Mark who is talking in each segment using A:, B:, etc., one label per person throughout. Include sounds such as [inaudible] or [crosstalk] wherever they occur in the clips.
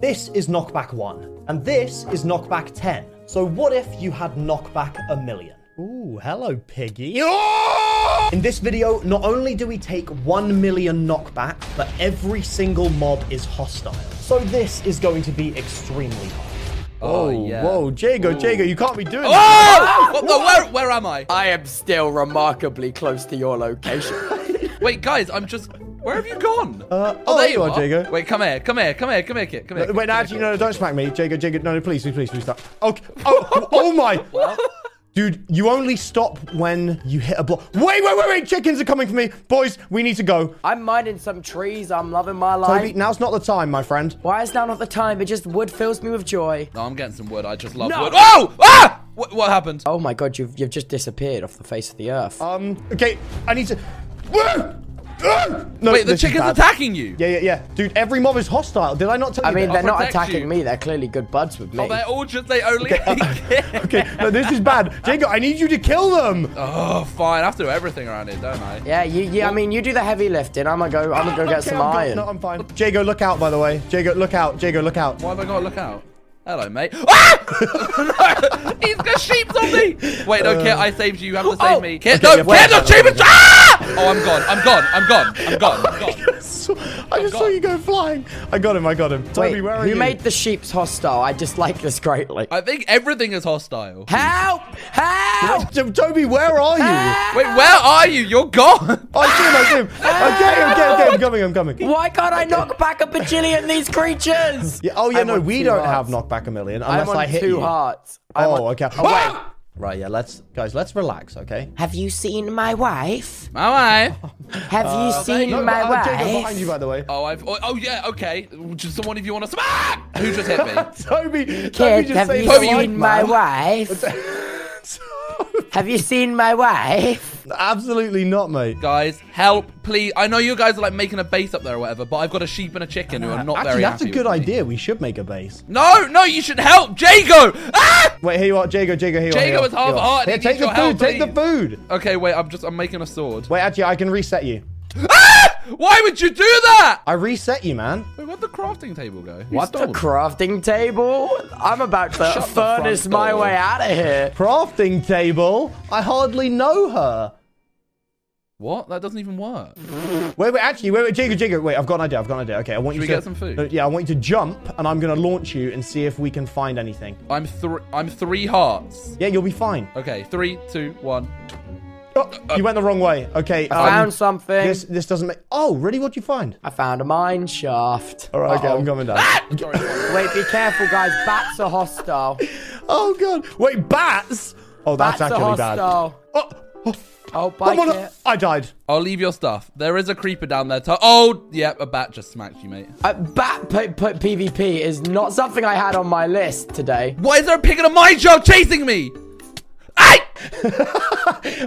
A: This is knockback 1, and this is knockback 10. So what if you had knockback a million?
B: Ooh, hello, piggy. Oh!
A: In this video, not only do we take 1 million knockback, but every single mob is hostile. So this is going to be extremely hard.
B: Oh,
C: yeah.
B: whoa, Jago,
C: Ooh.
B: Jago, you can't be doing that.
C: Oh! What the- where, where am I? I am still remarkably close to your location. Wait, guys, I'm just. Where have you gone?
B: Uh, oh, there you are, Jago.
C: Wait, come here, come here, come here, come here, kid. Come here.
B: Wait, no, actually, no, no, don't smack me. Jago, Jago, no, no, please, please, please, please stop. Okay. Oh, oh my. Dude, you only stop when you hit a block. Wait, wait, wait, wait. Chickens are coming for me. Boys, we need to go.
D: I'm minding some trees. I'm loving my life.
B: Toby, now's not the time, my friend.
D: Why is now not the time? It just wood fills me with joy.
C: No, I'm getting some wood. I just love
D: No.
C: wood. Oh! Ah! What, what happened?
D: Oh my god, you've you've just disappeared off the face of the earth.
B: Um, okay, I need to. Woo! Ah! No,
C: Wait, the
B: this is
C: chicken's
B: bad.
C: attacking you.
B: Yeah, yeah, yeah. Dude, every mob is hostile. Did I not tell
D: I
B: you
D: mean,
B: that?
D: they're not
C: protect
D: attacking
C: you.
D: me. They're clearly good buds with me.
C: Oh, they're all just, they only [laughs]
B: Okay, [laughs] no, this is bad. Jago, I need you to kill them.
C: Oh, fine. I have to do everything around here, don't I?
D: yeah, you, yeah. I mean, you do the heavy lifting. I'm gonna go. I'm gonna go
B: Okay,
D: get some
B: I'm good.
D: iron.
B: No, I'm fine. Jago, look out, by the way. Jago, look out. Jago, look out.
C: Why have I got to look out?
B: [laughs]
C: Hello, mate. Ah! [laughs] no! He's got sheep on me! Wait, no, Kit, I saved you. You have to save me. Kit,
B: Oh. Okay, yeah,
C: no, Kit,
B: wait,
C: not sheep! Ah! Oh, I'm gone. I'm gone. I'm gone. I'm gone. I'm
B: [laughs]
C: gone.
B: So- I just saw
C: God.
B: you go flying. I got him. I got him. Toby,
D: Wait,
B: where are
D: who
B: you?
D: made the sheep's hostile? I dislike this greatly.
C: I think everything is hostile.
D: Help! Help!
B: To- Toby, where are
D: [laughs]
B: you?
C: Wait, where are you? You're gone. [laughs]
B: Oh, I see him. I see him. Okay, okay, okay. I'm coming. I'm coming.
D: Why can't I knock back a bajillion these creatures?
B: [laughs] Yeah, oh, yeah,
D: I'm
B: no,
D: on
B: we
D: two
B: don't
D: hearts.
B: have knockback a million
D: I'm
B: unless
D: on
B: I hit
D: two
B: you.
D: hearts. I'm
B: Oh,
D: on-
B: okay.
D: [laughs] Oh,
B: Right, yeah, let's, guys, let's relax, okay?
D: Have you seen my wife?
C: My wife.
D: Have you seen
B: No,
D: my
B: but, uh, Jacob, behind you,
D: wife?
B: by the way.
C: Oh, I've. Oh, oh, yeah. Okay. Just someone if you want to smack. Who
B: [laughs]
C: just hit me?
B: [laughs] Toby, Toby
D: Kid,
B: just
D: have
B: saved
D: you
B: my
C: Toby, you
B: life,
D: seen my
B: man.
D: wife? Have you seen my wife?
B: [laughs] Absolutely not, mate.
C: Guys, help, please. I know you guys are like making a base up there or whatever, but I've got a sheep and a chicken who are not
B: Actually,
C: very
B: that's a
C: happy
B: good
C: with me.
B: idea. We should make a base.
C: No, no, you should help, Jago. Ah!
B: Wait, here you are, Jago. Jago, here you are.
C: Jago
B: here you are,
C: is half
B: here you are.
C: hearted.
B: Here,
C: He
B: take
C: needs
B: the
C: your
B: food.
C: help,
B: take the
C: please.
B: food.
C: Okay, wait. I'm just. I'm making a sword.
B: Wait, actually, I can reset you.
C: Why would you do that?
B: I reset you, man.
C: Wait, where'd the crafting table go? Who
D: What the
C: stole it?
D: crafting table? I'm about to
C: Shut the front
D: furnace my
C: door.
D: way out of here.
B: Crafting table. I hardly know her.
C: What? That doesn't even work.
B: Wait, wait, actually, wait, wait, Jago, Jago. Wait, I've got an idea. I've got an idea. Okay, I want
C: Should
B: you
C: we
B: to
C: get some food?
B: Uh, yeah, I want you to jump, and I'm gonna launch you and see if we can find anything.
C: I'm three. I'm three hearts.
B: Yeah, you'll be fine.
C: Okay, three, two, one.
B: Oh, you went the wrong way. Okay, um,
D: I found something.
B: This this doesn't make. Oh, really? What'd you find?
D: I found a mine shaft.
B: All right, okay,
D: Uh-oh.
B: I'm coming down.
D: Ah!
C: Sorry.
D: Wait, be careful, guys. Bats
C: [laughs]
D: are hostile.
B: Oh god! Wait, bats! Oh, that's
D: Bats are
B: actually bad. Oh,
D: hostile.
B: oh,
D: Oh,
B: oh
D: bite
B: my god!
D: it.
B: I died.
C: I'll leave your stuff. There is a creeper down there. To- oh, yeah, a bat just smacked you, mate.
D: Uh, bat p- p- PvP is not something I had on my list today.
C: Why is there a pig in a mine shaft chasing me? Hey!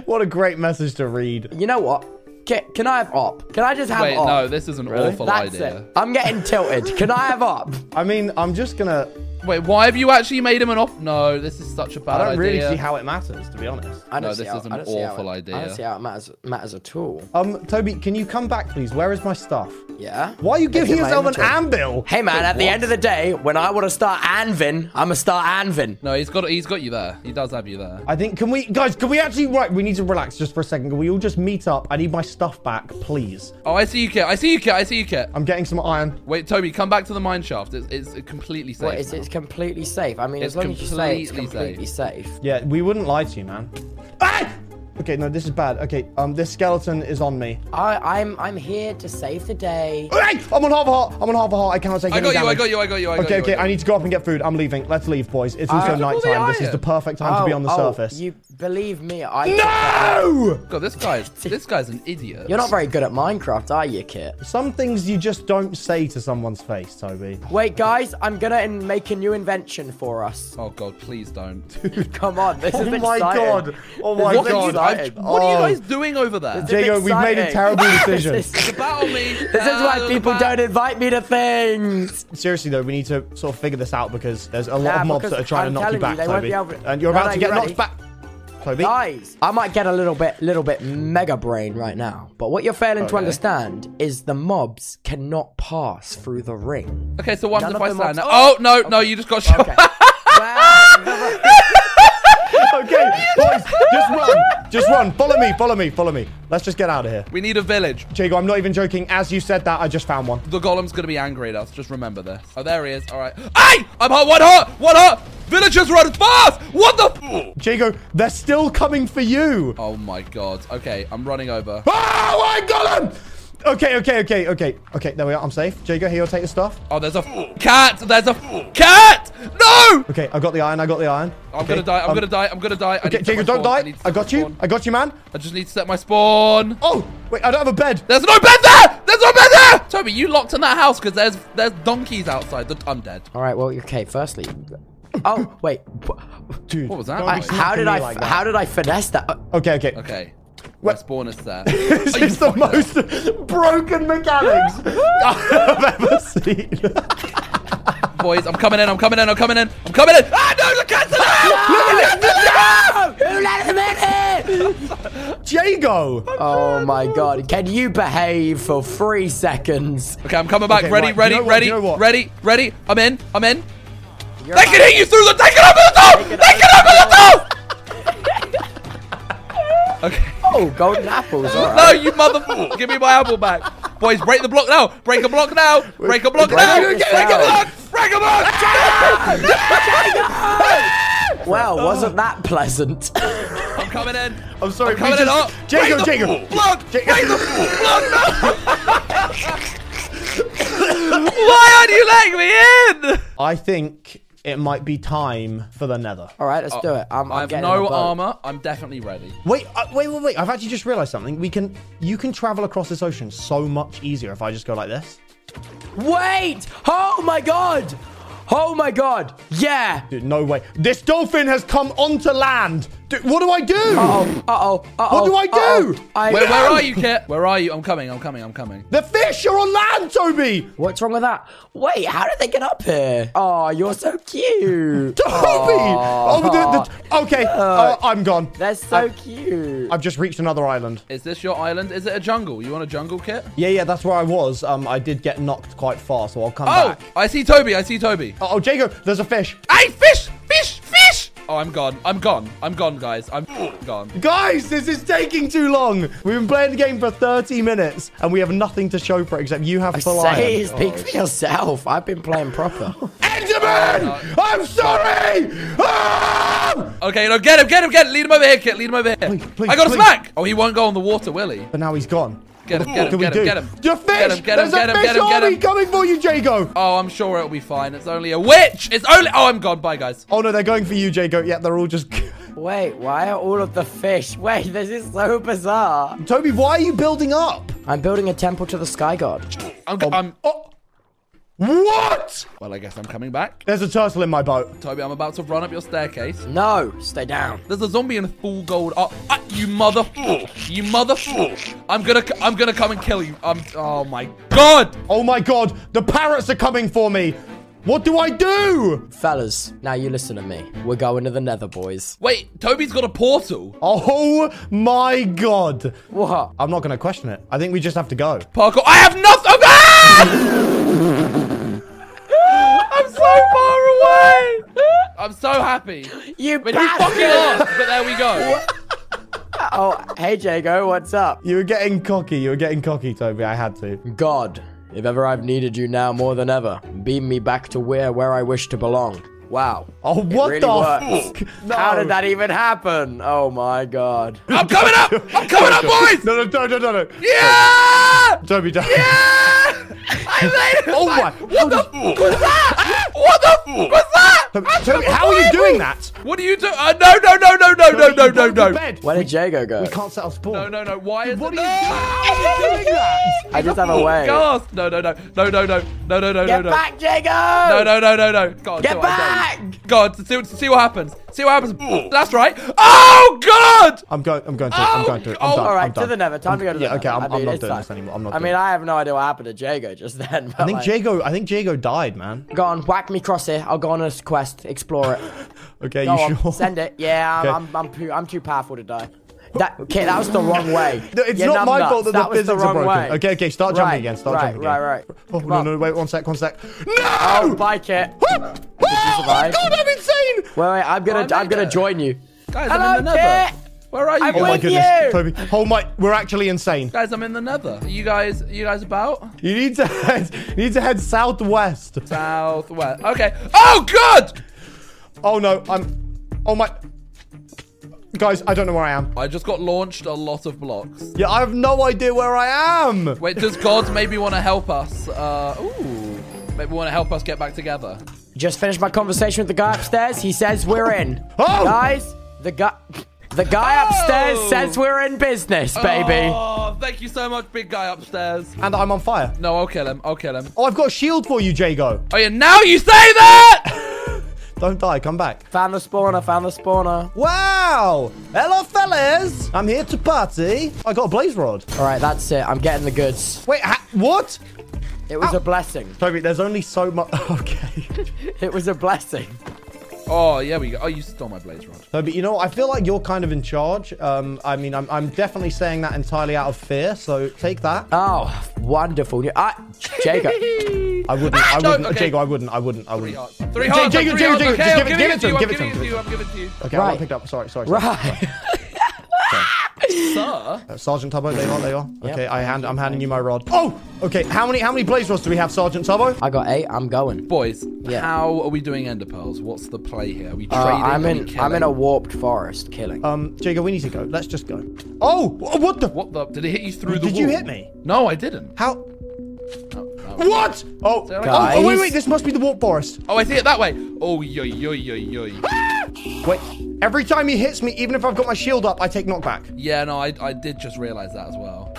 B: What a great message to read.
D: You know what? Can, can I have op? Can I just have
C: Wait,
D: op?
C: no, this is an awful
D: That's
C: idea.
D: it. I'm getting tilted. Can I
C: [laughs]
D: have op?
B: I mean, I'm just gonna.
C: Wait, why have you actually made him an off? No, this is such a bad
B: I don't
C: idea.
B: really see how it matters, to be honest.
D: I
C: No,
D: see
C: this
D: how-
C: is an
D: I don't see how
C: awful
D: it- I
C: idea.
D: don't see how it matters, matters at all.
B: Um, Toby, can you come back, please? Where is my stuff?
D: Yeah?
B: Why are you giving
D: in my
B: yourself an
D: inventory.
B: anvil?
D: Hey man, at the end of the day, when I want to start anvin, I'm gonna start anvin.
C: No, he's got he's got you there. He does have you there.
B: I think can we guys can we actually right we need to relax just for a second can we all just meet up I need my stuff back please
C: Oh, I see you, Kit. I see you, Kit. I see you, Kit.
B: I'm getting some iron
C: Wait, Toby, come back to the mine shaft. It's, it's completely safe.
D: What is it's completely safe. I mean,
C: It's
D: as long as you say it's
C: completely
D: completely safe.
B: yeah we wouldn't lie to you man ah! okay no this is bad okay um this skeleton is on me
D: I, I'm I'm here to save the day.
B: Hey! I'm on half a heart. I'm on half a heart. I cannot take
C: I
B: any
C: got you. I
B: damage.
C: got you. I got you. I got
B: okay,
C: you.
B: okay.
C: got
B: I
C: you.
B: need to go up and get food. I'm leaving. Let's leave, boys. It's also
D: Look at
C: all the
B: nighttime. This is
C: iron.
B: the perfect time to be on the
D: oh,
B: surface.
D: You believe me? I
B: No!
C: God, this
D: [laughs]
C: guy's this guy's an idiot.
D: You're not very good at Minecraft, are you, Kit?
B: Some things you just don't say to someone's face, Toby.
D: Wait, guys, I'm gonna in- make a new invention for us.
C: Oh God, please don't.
B: [laughs]
D: Come on, this is
B: Oh my
D: exciting.
B: God. Oh
D: This
B: my
D: is
C: What, are you,
B: God.
C: guys-
D: exciting.
C: what are you
B: Oh.
C: guys doing over there?
D: This is
B: Jago, we've made a
D: exciting. [laughs]
B: terrible decision.
D: this, is,
C: The battle me.
D: [laughs] this is why people don't invite me to things.
B: Seriously though, we need to sort of figure this out because there's a lot
D: Nah,
B: of mobs
D: because
B: that are trying
D: I'm
B: to knock you back,
D: telling you, they won't
B: Toby.
D: be able to-
B: And you're
D: No,
B: about
D: no,
B: to get
D: you
B: knocked
D: ready?
B: back. Toby.
D: Guys, I might get a little bit, little bit mega brain right now, but what you're failing to understand is the mobs cannot pass through the [laughs] ring.
C: Okay, so what
D: None
C: happens if
D: of
C: I
D: them
C: stand there? Oh,
D: are-
C: no, no, you just got shot.
D: Okay. Well,
B: [laughs] Okay, boys, just run. Just run. Follow me, follow me, follow me. Let's just get out of here.
C: We need a village.
B: Jago, I'm not even joking. As you said that, I just found one.
C: The golem's gonna be angry at us. Just remember this. Oh, there he is. All right. Hey, I'm hot. One hot. One hot. Villagers run fast. What the? F-
B: Jago, they're still coming for you. Oh,
C: oh my god. Okay, I'm running over.
B: I got him! Okay, okay, okay, okay. Okay, there we are. I'm safe. Jago, here, you'll take the stuff.
C: Oh, there's a f- cat. There's a f- cat. No.
B: Okay, I got the iron, I got the iron.
C: I'm gonna die. I'm gonna die. I'm gonna die. I
B: Um, Okay,
C: need to set
B: Jago,
C: my
B: don't
C: spawn.
B: die.
C: I need to
B: I
C: set my
B: got you.
C: spawn.
B: I got you, man.
C: I just need to set my spawn.
B: Oh, wait, I don't have a bed.
C: There's no bed there. There's no bed there. Toby, you locked in that house because there's there's donkeys outside. The- I'm dead.
D: all right. Well, okay. Firstly, oh wait,
B: Dude,
C: What was that?
B: don't
C: I-
B: be
D: how
B: snacking
D: did
B: me
D: I,
B: like that.
D: how did I finesse that? Uh,
B: Okay, okay. [laughs]
C: Okay. My
B: What-
C: spawn is
B: [laughs]
C: there.
B: This
C: Are you
B: is the
C: fucking-
B: most broken
C: [laughs]
B: mechanics I've ever seen. [laughs]
C: Boys, I'm coming in. I'm coming in. I'm coming in. I'm coming in. Ah, no, the cat's alive.
D: Who let him in?
B: Jago!
D: Oh my god. Can you behave for three seconds?
C: Okay, I'm coming back.
B: Okay,
C: ready,
B: right.
C: ready,
B: You know what,
C: ready,
B: you know what?
C: ready, ready. I'm in. I'm in.
D: You're
C: they
D: back.
C: can hit you through the. They can open the door. They can open the door. okay.
D: Oh, golden apples. All right.
C: No, you mother. [laughs] Give me my apple back. Boys, break the block now. Break a block now. Break a block
D: Break
C: now.
D: it
C: Break a
D: down.
C: block. Break a block.
D: Well, wasn't that pleasant? [laughs]
C: I'm coming in.
B: I'm sorry, we
C: coming in
B: just-
C: up.
B: Oh, Jacob,
C: Break the
B: Jacob.
C: Block.
B: Ja-
C: Break the block now. Why aren't you letting me in?
B: I think it might be time for the nether.
D: All right, let's do it. I'm, I'm
C: Uh, I have
D: getting in the
C: no
D: boat.
C: armor. I'm definitely ready.
B: Wait, uh, wait, wait, wait. I've actually just realized something. We can, you can travel across this ocean so much easier if I just go like this.
D: Wait! Oh my god! Oh my god! Yeah!
B: Dude, no way. This dolphin has come onto land. Dude, what do I do?
D: Uh-oh, uh-oh, uh-oh.
B: What do I do?
D: uh-oh. I-
C: Where, where
B: No!
C: are you, Kit? Where are you? I'm coming. I'm coming. I'm coming.
B: The fish are on land, Toby.
D: What's wrong with that? Wait, how did they get up here? Oh, you're so cute.
B: [laughs] Toby. Oh, the, the, okay, uh, I'm gone.
D: They're so cute.
B: I've just reached another island.
C: Is this your island? Is it a jungle? You want a jungle, Kit?
B: Yeah, yeah, that's where I was. Um, I did get knocked quite far, so I'll come
C: Oh,
B: back.
C: I see Toby. I see Toby.
B: Oh, oh, Jago, there's a fish.
C: Hey, fish, fish, fish! Oh, I'm gone. I'm gone. I'm gone, guys. I'm gone.
B: Guys, this is taking too long. We've been playing the game for 30 minutes and we have nothing to show for it except you have full
D: Say,
B: iron.
D: speak for yourself. I've been playing proper.
B: [laughs] Enderman! I'm sorry! Ah!
C: Okay, no, get him, get him, get him. Lead him over here, Kit. Lead him over here.
B: Please, please,
C: I got a
B: please.
C: smack. Oh, he won't go on the water, will he?
B: But now he's gone.
C: Get him, get him,
B: What do we
C: get
B: do?
C: him, get him.
B: The fish!
C: Get him, get him,
B: There's
C: get
B: a
C: him,
B: fish
C: get him, get
B: army
C: him.
B: coming for you, Jago!
C: Oh, I'm sure it'll be fine. It's only a witch. It's only. Oh, I'm gone. Bye, guys.
B: Oh no, they're going for you, Jago. Yeah, they're all just. [laughs]
D: Wait, why are all of the fish? Wait, this is so bizarre.
B: Toby, why are you building up?
D: I'm building a temple to the sky god.
C: I'm. go- I'm
B: Oh! What?
C: well, I guess I'm coming back.
B: There's a turtle in my boat.
C: Toby, I'm about to run up your staircase.
D: No, stay down.
C: There's a zombie in full gold. Oh, ah, you mother. You mother. I'm gonna. c- I'm gonna come and kill you. I'm. Oh my god.
B: Oh my god, the parrots are coming for me! What do I do?
D: Fellas, now you listen to me. We're going to the nether, boys.
C: Wait, Toby's got a portal.
B: Oh my god.
D: What?
B: I'm not gonna question it. I think we just have to go.
C: Parkour. I have nothing. Ah! I'm so far away. I'm so happy.
D: You
C: But you fucking lost. But there we go.
D: Oh, hey, Jago, what's up?
B: You were getting cocky. You were getting cocky, Toby. I had to.
D: God, if ever I've needed you now more than ever, beam me back to where where I wish to belong. Wow.
B: Oh, what
D: really
B: the
D: works.
B: fuck?
D: How
B: No.
D: did that even happen? Oh my god.
C: I'm coming up. I'm coming up, [laughs] boys.
B: No, no, no, no, no, no.
C: Yeah.
B: Toby, don't.
C: Yeah. I made it.
B: Oh my.
C: What the f was that? What the f was that?
B: Toby, Toby, how are you doing that?
C: What do you do? Uh, no, no, no, no, no, no,
B: Toby,
C: no,
B: you
C: no,
B: broke the
C: no.
B: Bed.
D: Where did Jago go?
B: We can't set up spawn.
C: No, no, no. Why is
B: What
C: it?
B: are you,
C: no!
B: how are you doing that?
D: I just have a way.
C: Gasp. No, no, no, no, no, no, no, no, no,
D: Get
C: no.
D: back,
C: No,
D: Jago!
C: no, no, no, no. God,
D: Get
C: no, I don't.
D: back!
C: God, see, see what happens. See what happens. That's right. Oh, God!
B: I'm going. I'm going to. I'm
C: Oh,
B: going to. I'm
C: oh,
B: done.
D: All
B: I'm
D: right,
B: done.
D: to the nether. Time to go to the
B: Yeah,
D: nether.
B: okay, I'm-
D: I
B: I'm
D: mean,
B: not
D: it's
B: doing
D: time.
B: this anymore. I'm not
D: I
B: doing
D: mean,
B: it.
D: I have no idea what happened to Jago just then.
B: I
D: but,
B: think
D: like,
B: Jago. I think Jago died, man.
D: Go on, whack me cross here. I'll go on a quest, explore it.
B: Okay,
D: Go
B: you
D: on,
B: sure?
D: Send it. Yeah, I'm,
B: Okay.
D: I'm, I'm, too, I'm too powerful to die. That okay, that was the wrong way.
B: [laughs] [laughs] No, it's
D: You're
B: not my
D: numbnuts.
B: fault that, the
D: was
B: physics
D: wrong
B: are broken.
D: way.
B: Okay, okay, start jumping
D: Right,
B: again. Start
D: right,
B: jumping again.
D: Right, right,
B: Oh,
D: Come
B: no,
D: on.
B: no, wait, one sec, one sec. No!
D: Oh, bike it.
B: Oh, oh my
D: survive?
B: god, I'm insane!
D: Wait, wait, I'm
C: I
D: gonna,
C: made
D: I'm gonna
C: it.
D: join you.
C: Guys,
D: Hello,
C: I'm in the nether.
D: Kit.
C: Where are you
D: I'm
B: Oh my
C: guys?
D: with
B: goodness,
D: you.
B: Toby. Oh my, we're actually insane.
C: Guys, I'm in the nether. You guys, you guys about?
B: You need to head, you need to head southwest.
C: Southwest. Okay. Oh god!
B: Oh no, I'm, oh my. Guys, I don't know where I am.
C: I just got launched a lot of blocks.
B: Yeah, I have no idea where I am.
C: Wait, does God maybe want to help us? Uh, ooh, maybe want to help us get back together.
D: Just finished my conversation with the guy upstairs. He says we're in.
B: Oh!
D: Guys, the guy, the guy upstairs
C: Oh!
D: says we're in business, baby.
C: Oh, thank you so much, big guy upstairs.
B: And I'm on fire.
C: No, I'll kill him. I'll kill him.
B: Oh, I've got a shield for you, Jago.
C: Oh yeah, now you say that! [laughs]
B: Don't die, come back.
D: Found the spawner. Found the spawner.
B: Wow! Hello, fellas! I'm here to party. I got a blaze rod.
D: All right, that's it. I'm getting the goods.
B: Wait, ha- what?
D: It was a blessing.
B: Toby, there's only so much. [laughs] Okay.
D: It was a blessing.
C: Oh, yeah, we go. Oh, you stole my blaze rod.
B: Toby, you know what? I feel like you're kind of in charge. Um, I mean, I'm, I'm definitely saying that entirely out of fear, so take that.
D: Oh, wonderful. You- I, [laughs] Jacob.
B: I wouldn't. I
C: no,
B: wouldn't.
C: Ah, okay.
B: Jago, I wouldn't. I wouldn't. I
C: Three
B: wouldn't.
C: hearts. Three hearts.
B: Jacob,
C: three
B: Jacob,
C: hearts.
B: Jacob,
C: Okay,
B: just
C: I'm
B: give it-
C: giving
B: give it to him, give it to him,
C: I'm giving it to you. I'm giving it to you.
B: Okay, I
D: Right.
B: got picked up. Sorry, sorry, sorry.
D: Right.
C: Sir?
B: Uh, Sergeant Tubbo, there you are, there you are. Okay, I hand, I'm handing you my rod. Oh, okay. How many, how many blaze rods do we have, Sergeant Tubbo?
D: I got eight. I'm going.
C: Boys,
D: Yeah.
C: how are we doing ender pearls? What's the play here? Are we trading?
D: Uh, I'm
C: Are we
D: in. I'm in
C: killing?
D: a warped forest killing.
B: Um, Jago, we need to go. Let's just go. Oh, wh- what the?
C: What the? Did it hit you through the
B: Did
C: wall?
B: you hit me?
C: No, I didn't.
B: How?
C: no.
B: What? Oh, oh,
C: like-
B: oh, wait,
D: Guys?
B: wait. This must be the warp forest.
C: Oh, I see it that way. Oh, yo, yo, yo, yo.
B: Wait. Every time he hits me, even if I've got my shield up, I take knockback.
C: Yeah, no, I, I did just realize that as well.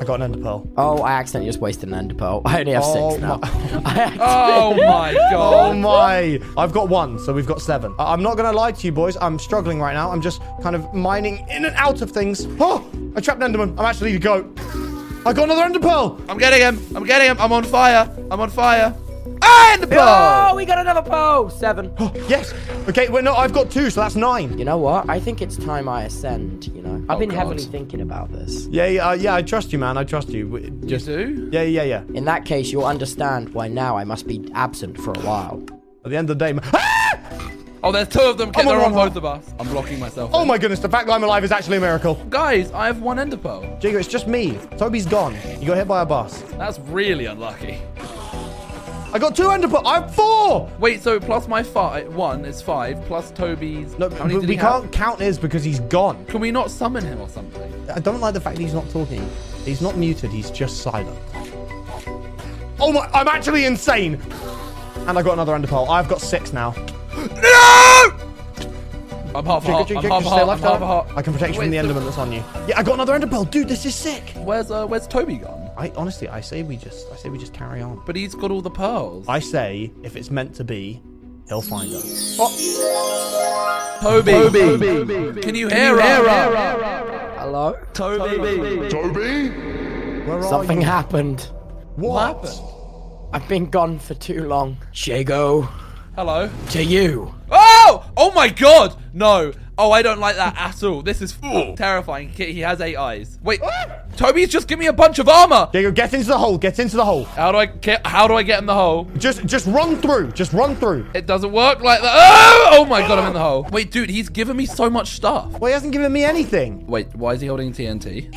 B: I got an ender pearl.
D: Oh, I accidentally just wasted an ender pearl. [laughs] I only have
B: Oh
D: six now. [laughs] I accidentally-
C: Oh my
B: Oh
C: god.
B: my! I've got one, so we've got seven. I- I'm not gonna lie to you, boys. I'm struggling right now. I'm just kind of mining in and out of things. Oh! I trapped an enderman. I'm actually the goat. I got another ender pearl.
C: I'm getting him. I'm getting him. I'm on fire. I'm on fire. Ah, ender pearl.
D: Oh, we got another pearl. Seven.
B: Yes. Okay. Well, no, I've got two, so that's nine.
D: [gasps] You know what? I think it's time I ascend, you know? I've
C: Oh,
D: been
C: God.
D: heavily thinking about this.
B: Yeah, yeah, uh, yeah. I trust you, man. I trust you. W-
C: You
B: Just.
C: do?
B: Yeah, yeah, yeah.
D: In that case, you'll understand why now I must be absent for a while.
B: At the end of the day. ma- Ah!
C: Oh, there's two of them.
B: I'm
C: Kid, they're
B: on
C: on
B: one
C: both of us. I'm blocking myself.
B: Oh my goodness! The fact that I'm alive is actually a miracle.
C: Guys, I have one ender pearl.
B: Jago, it's just me. Toby's gone. You got hit by a bus.
C: That's really unlucky.
B: I got two ender pearls. I have four.
C: Wait, so plus my five, one is five, plus Toby's.
B: No,
C: how many
B: we-
C: did
B: we
C: he have?
B: can't count his because he's gone.
C: Can we not summon him or something?
B: I don't like the fact that he's not talking. He's not muted, he's just silent. Oh my, I'm actually insane! And I got another ender pearl. I've got six now.
C: No! I'm half a
B: Jacob, Jacob,
C: heart. I'm
B: Jacob,
C: half a
B: stay
C: heart. I'm
B: left,
C: half a
B: Alan.
C: heart.
B: I can protect you from
C: Wait,
B: the
C: so-
B: enderman that's on you. Yeah, I got another ender pearl. Dude, this is sick.
C: Where's uh, Where's Toby gone?
B: I honestly, I say we just, I say we just carry on.
C: But he's got all the pearls.
B: I say if it's meant to be, he'll find us.
C: Toby. Toby. Can you hear her?
D: Hello?
B: Where
D: Something
B: are you?
D: happened.
B: What?
D: I've been gone for too long. Jago,
C: Hello.
D: to you.
C: Oh! Oh my god! No. Oh, I don't like that at all. This is terrifying. Ki- He has eight eyes. Wait, Toby's just give me a bunch of armor.
B: Jago, Ah! get into the hole. Get into the hole.
C: How do I get? How do I get in the hole?
B: Just, just run through. Just run through.
C: It doesn't work like that. Oh! oh my god, I'm in the hole. Wait, dude, he's given me so much stuff.
B: Well, he hasn't given me anything.
C: Wait, why is he holding TNT?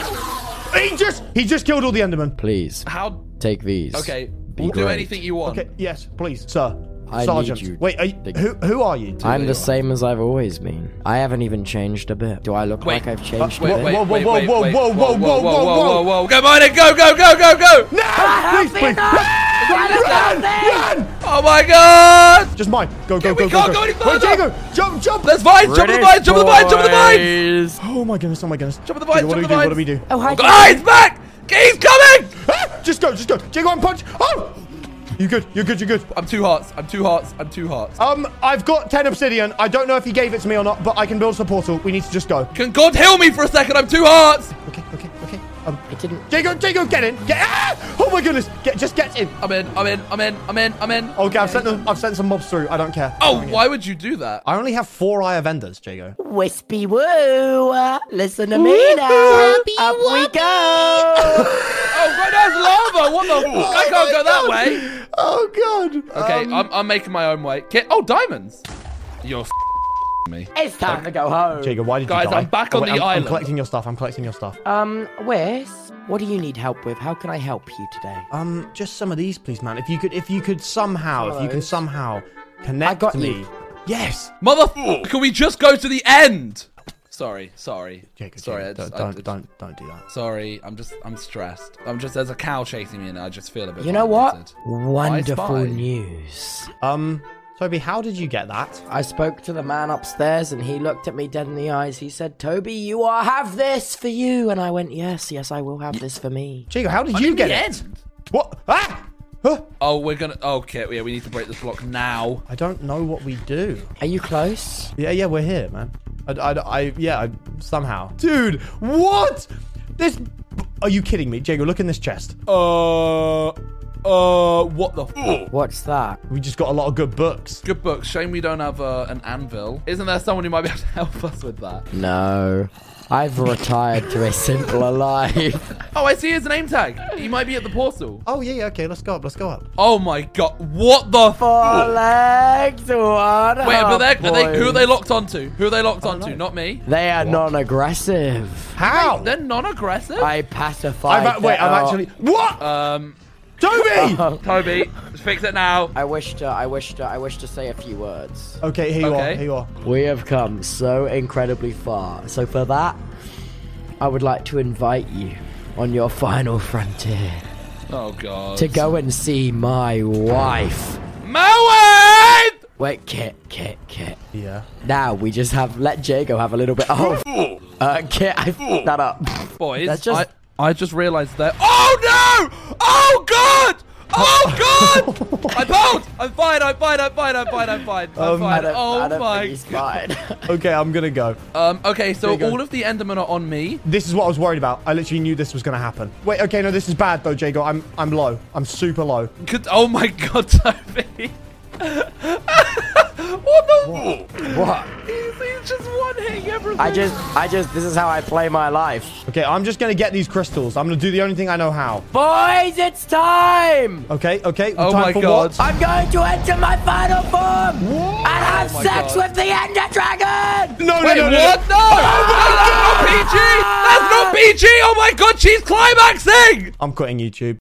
B: He just, he just killed all the endermen.
D: Please,
C: How?
D: take these.
C: Okay, we'll do
D: great.
C: anything you want.
B: Okay, yes, please, sir.
D: I need
B: Sergeant.
D: you-
B: Wait, are you, who who are you?
D: I'm the same as I've always been. I haven't even changed a bit. Do I look
C: Wait, uh,
D: like I've changed
C: Wait,
D: a bit?
C: wait,
B: Whoa, whoa,
C: wait,
B: whoa,
C: wait,
B: whoa,
C: wait.
B: whoa, whoa, whoa,
C: whoa, whoa,
B: whoa.
C: whoa. Come on, in, go, go, go, go, go.
B: no, please, please, run, run, run!
C: Oh my god!
B: Just mine. Go, go,
C: Yeah,
B: go,
C: we can't
B: go,
C: go any
B: Wait,
C: further.
B: Jago, jump, jump.
C: There's vines! Jump on the vines! Jump on the vines! Jump on the vines!
B: Oh my goodness! Oh my goodness!
C: Jump on the vines,
B: Jago, What do we
C: jump
B: do?
C: on
B: What
C: the
B: do we do?
D: Oh, hi,
C: Ah, he's back! He's coming!
B: Ah, just go, just go. Jago, I'm punch. Oh, you good? You're good. You're good.
C: I'm two hearts. I'm two hearts. I'm two hearts.
B: Um, I've got ten obsidian. I don't know if he gave it to me or not, but I can build us a portal. We need to just go.
C: Can God heal me for a second? I'm two hearts.
B: Okay, okay, okay. Um,
D: It didn't.
B: Jago, Jago, get in. Get ah! Oh my goodness. Get, just get in.
C: I'm in, I'm in, I'm in, I'm in, I'm in.
B: Okay, I've sent them. I've sent some mobs through. I don't care.
C: Oh, why would you do that?
B: I only have four eye vendors, Jago.
D: Wispy woo. uh, Listen to me now. Up we go.
C: Oh, right, that's lava. What the fuck? I can't go that way.
B: Oh god.
C: Okay,
B: Um,
C: I'm, I'm making my own way. Ki- oh, diamonds. You're f***ing me.
D: It's time to go home.
B: Jago, why did
C: Guys,
B: you die? Oh,
C: I'm back on
B: wait,
C: the
B: I'm,
C: island.
B: I'm collecting your stuff. I'm collecting your stuff.
D: Um, Wes, what do you need help with? How can I help you today?
B: Um, just some of these, please, man. If you could, if you could somehow, if you can
D: Those.
B: somehow connect
D: I got
B: me.
D: you.
B: Yes.
C: Motherfucker, can we just go to the end? Sorry, sorry.
B: Jago,
C: sorry,
B: Jago,
C: I just,
B: don't,
C: I
B: don't,
C: just-
B: don't, don't do that.
C: Sorry, I'm just, I'm stressed. I'm just, there's a cow chasing me and I just feel a bit.
D: You know what?
C: violated. I
D: Wonderful
C: spy.
D: news.
B: Um, Toby, how did you get that?
D: I spoke to the man upstairs and he looked at me dead in the eyes. He said, Toby, you are have this for you. And I went, Yes, yes, I will have this for me.
B: Jago, how did
C: I'm
B: you
C: in
B: get
C: the
B: it?
C: end.
B: What? Ah! Huh?
C: Oh, we're gonna. Okay, yeah, we need to break this block now.
B: I don't know what we do.
D: Are you close?
B: Yeah, yeah, we're here, man. I, I, I yeah, I, somehow. Dude, what? This? Are you kidding me, Jago? Look in this chest.
C: Uh, uh, what the? F-
D: What's that?
B: We just got a lot of good books.
C: Good book. Shame we don't have uh, an anvil. Isn't there someone who might be able to [laughs] help us with that?
D: No. I've retired to a simpler life.
C: Oh, I see his name tag. He might be at the portal.
B: Oh yeah, yeah. Okay, let's go up. Let's go up.
C: Oh my god, what the? F-
D: [laughs] Four legs, one.
C: Wait, but
D: hop,
C: they're, are they, who are they
D: boys.
C: locked onto? Who are they locked onto? Not me.
D: They are non aggressive.
B: How?
C: They're non-aggressive.
D: [laughs] I pacified.
B: I'm a- wait,
D: their
B: I'm
D: ar-
B: actually. What?
C: Um,
B: Toby!
C: Toby, fix it now.
D: I wish to, I wish to, I wish to say a few words.
B: Okay, here you are.
C: Okay.
B: Here you are.
D: We have come so incredibly far. So for that, I would like to invite you on your final frontier
C: Oh god.
D: to go and see my wife.
C: Mowat!
D: Wait, Kit, Kit, Kit.
B: Yeah.
D: Now we just have let Jago have a little bit. Oh, uh, Kit, I f- that up.
C: Boys,
D: That's just-
C: I, I just realized that. Oh no! Oh god!
D: [laughs]
C: Oh god! I'm out! I'm fine, I'm fine, I'm fine, I'm fine, I'm fine. I'm
B: Um,
C: fine.
D: [laughs] I don't,
C: oh
D: I don't
C: my
D: think he's fine.
B: Okay, I'm gonna go.
C: Um, okay, so
B: There you go.
C: all of the Endermen are on me.
B: This is what I was worried about. I literally knew this was gonna happen. Wait, okay, no, this is bad though, Jago. I'm I'm low. I'm super low.
C: Could, oh my god, [laughs] Toby. what the
B: What?
C: He's, he's just one hitting everything.
D: [laughs] I just, I just, this is how I play my life.
B: Okay, I'm just gonna get these crystals. I'm gonna do the only thing I know how.
D: Boys, it's time.
B: Okay, okay.
C: Oh
B: time
C: my
B: for
C: God.
B: what?
D: I'm going to enter my final form and have
C: Oh my
D: sex
C: God.
D: with the Ender Dragon.
B: No,
C: Wait,
B: no, no, no,
C: what?
B: no.
C: No! That's not PG! That's not PG! Oh my god, she's climaxing!
B: I'm quitting YouTube.